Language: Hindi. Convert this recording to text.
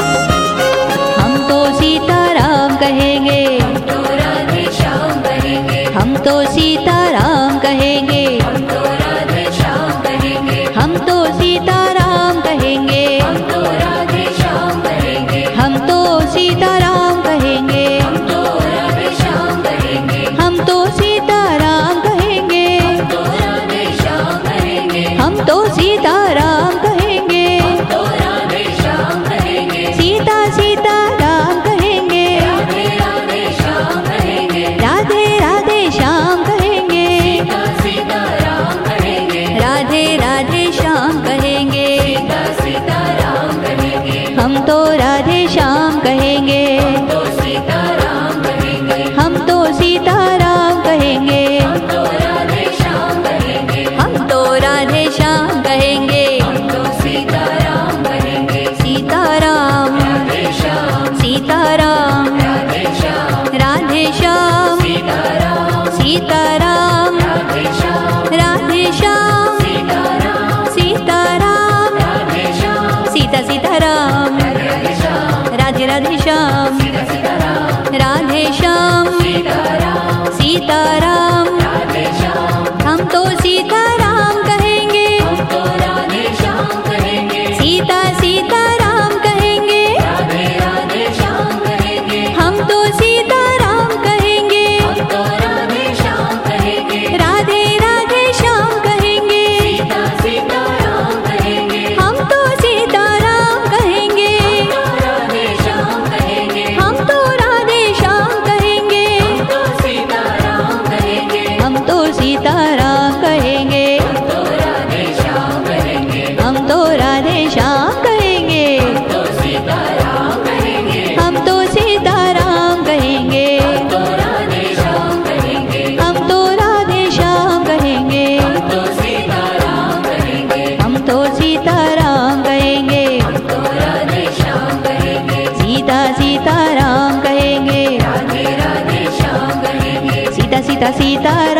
हम तो सीताराम कहेंगे तो राधे श्याम कहेंगे हम तो सीताराम कहेंगे हम तो राधे श्याम कहेंगे हम तो सीताराम कहेंगे हम तो राधे श्याम कहेंगे हम तो सीताराम कहेंगे हम तो राधे श्याम कहेंगे हम तो सीताराम कहेंगे तो राधे श्याम कहेंगे हम तो सीताराम कहेंगे तो राधे श्याम कहेंगे सीता सीताराम कहेंगे राधे राधे श्याम कहेंगे राधे राधे श्याम कहेंगे सीता सीताराम कहेंगे राधे राधे श्याम कहेंगे सीता सीताराम कहेंगे हम तो राधे श्याम कहेंगे तो सीताराम कहेंगे हम तो सीताराम कहेंगे तो राधे श्याम कहेंगे हम तो राधे श्याम कहेंगे तो सीताराम कहेंगे सीताराम राधे श्याम सीताराम राधे श्याम राधे श्याम सीताराम सीताराम राधे राधे श्याम श्याम सीताराम सीताराम राधे श्याम सीता सीताराम राधे श्याम राधे राधे श्याम सीता सीताराम राधे श्याम सीताराम सीताराम राधे श्याम हम तो सीताराम कहेंगे तो राधे श्याम कहेंगे सीता सीताराम कहेंगे राधे राधे श्याम कहेंगे हम तो सीताराम कहेंगे तो राधे श्याम कहेंगे राधे राधे श्याम कहेंगे सीता सीताराम कहेंगे हम तो सीताराम कहेंगे तो राधे श्याम कहेंगे हम तो राधे श्याम कहेंगे तो सीताराम कहेंगे हम तो सीताराम कहेंगे तो राधे श्याम कहेंगे हम तो राधे श्याम कहेंगे तो सीताराम कहेंगे हम तो सीताराम कहेंगे तो राधे श्याम कहेंगे हम तो राधे श्याम कहेंगे तो सीताराम कहेंगे हम तो सीताराम कहेंगे तो राधे श्याम कहेंगे सीता सीताराम कहेंगे राधे राधे श्याम कहेंगे सीता सीता सीताराम तो तो तो तो तो तो तो तो तो तो तो तो तो तो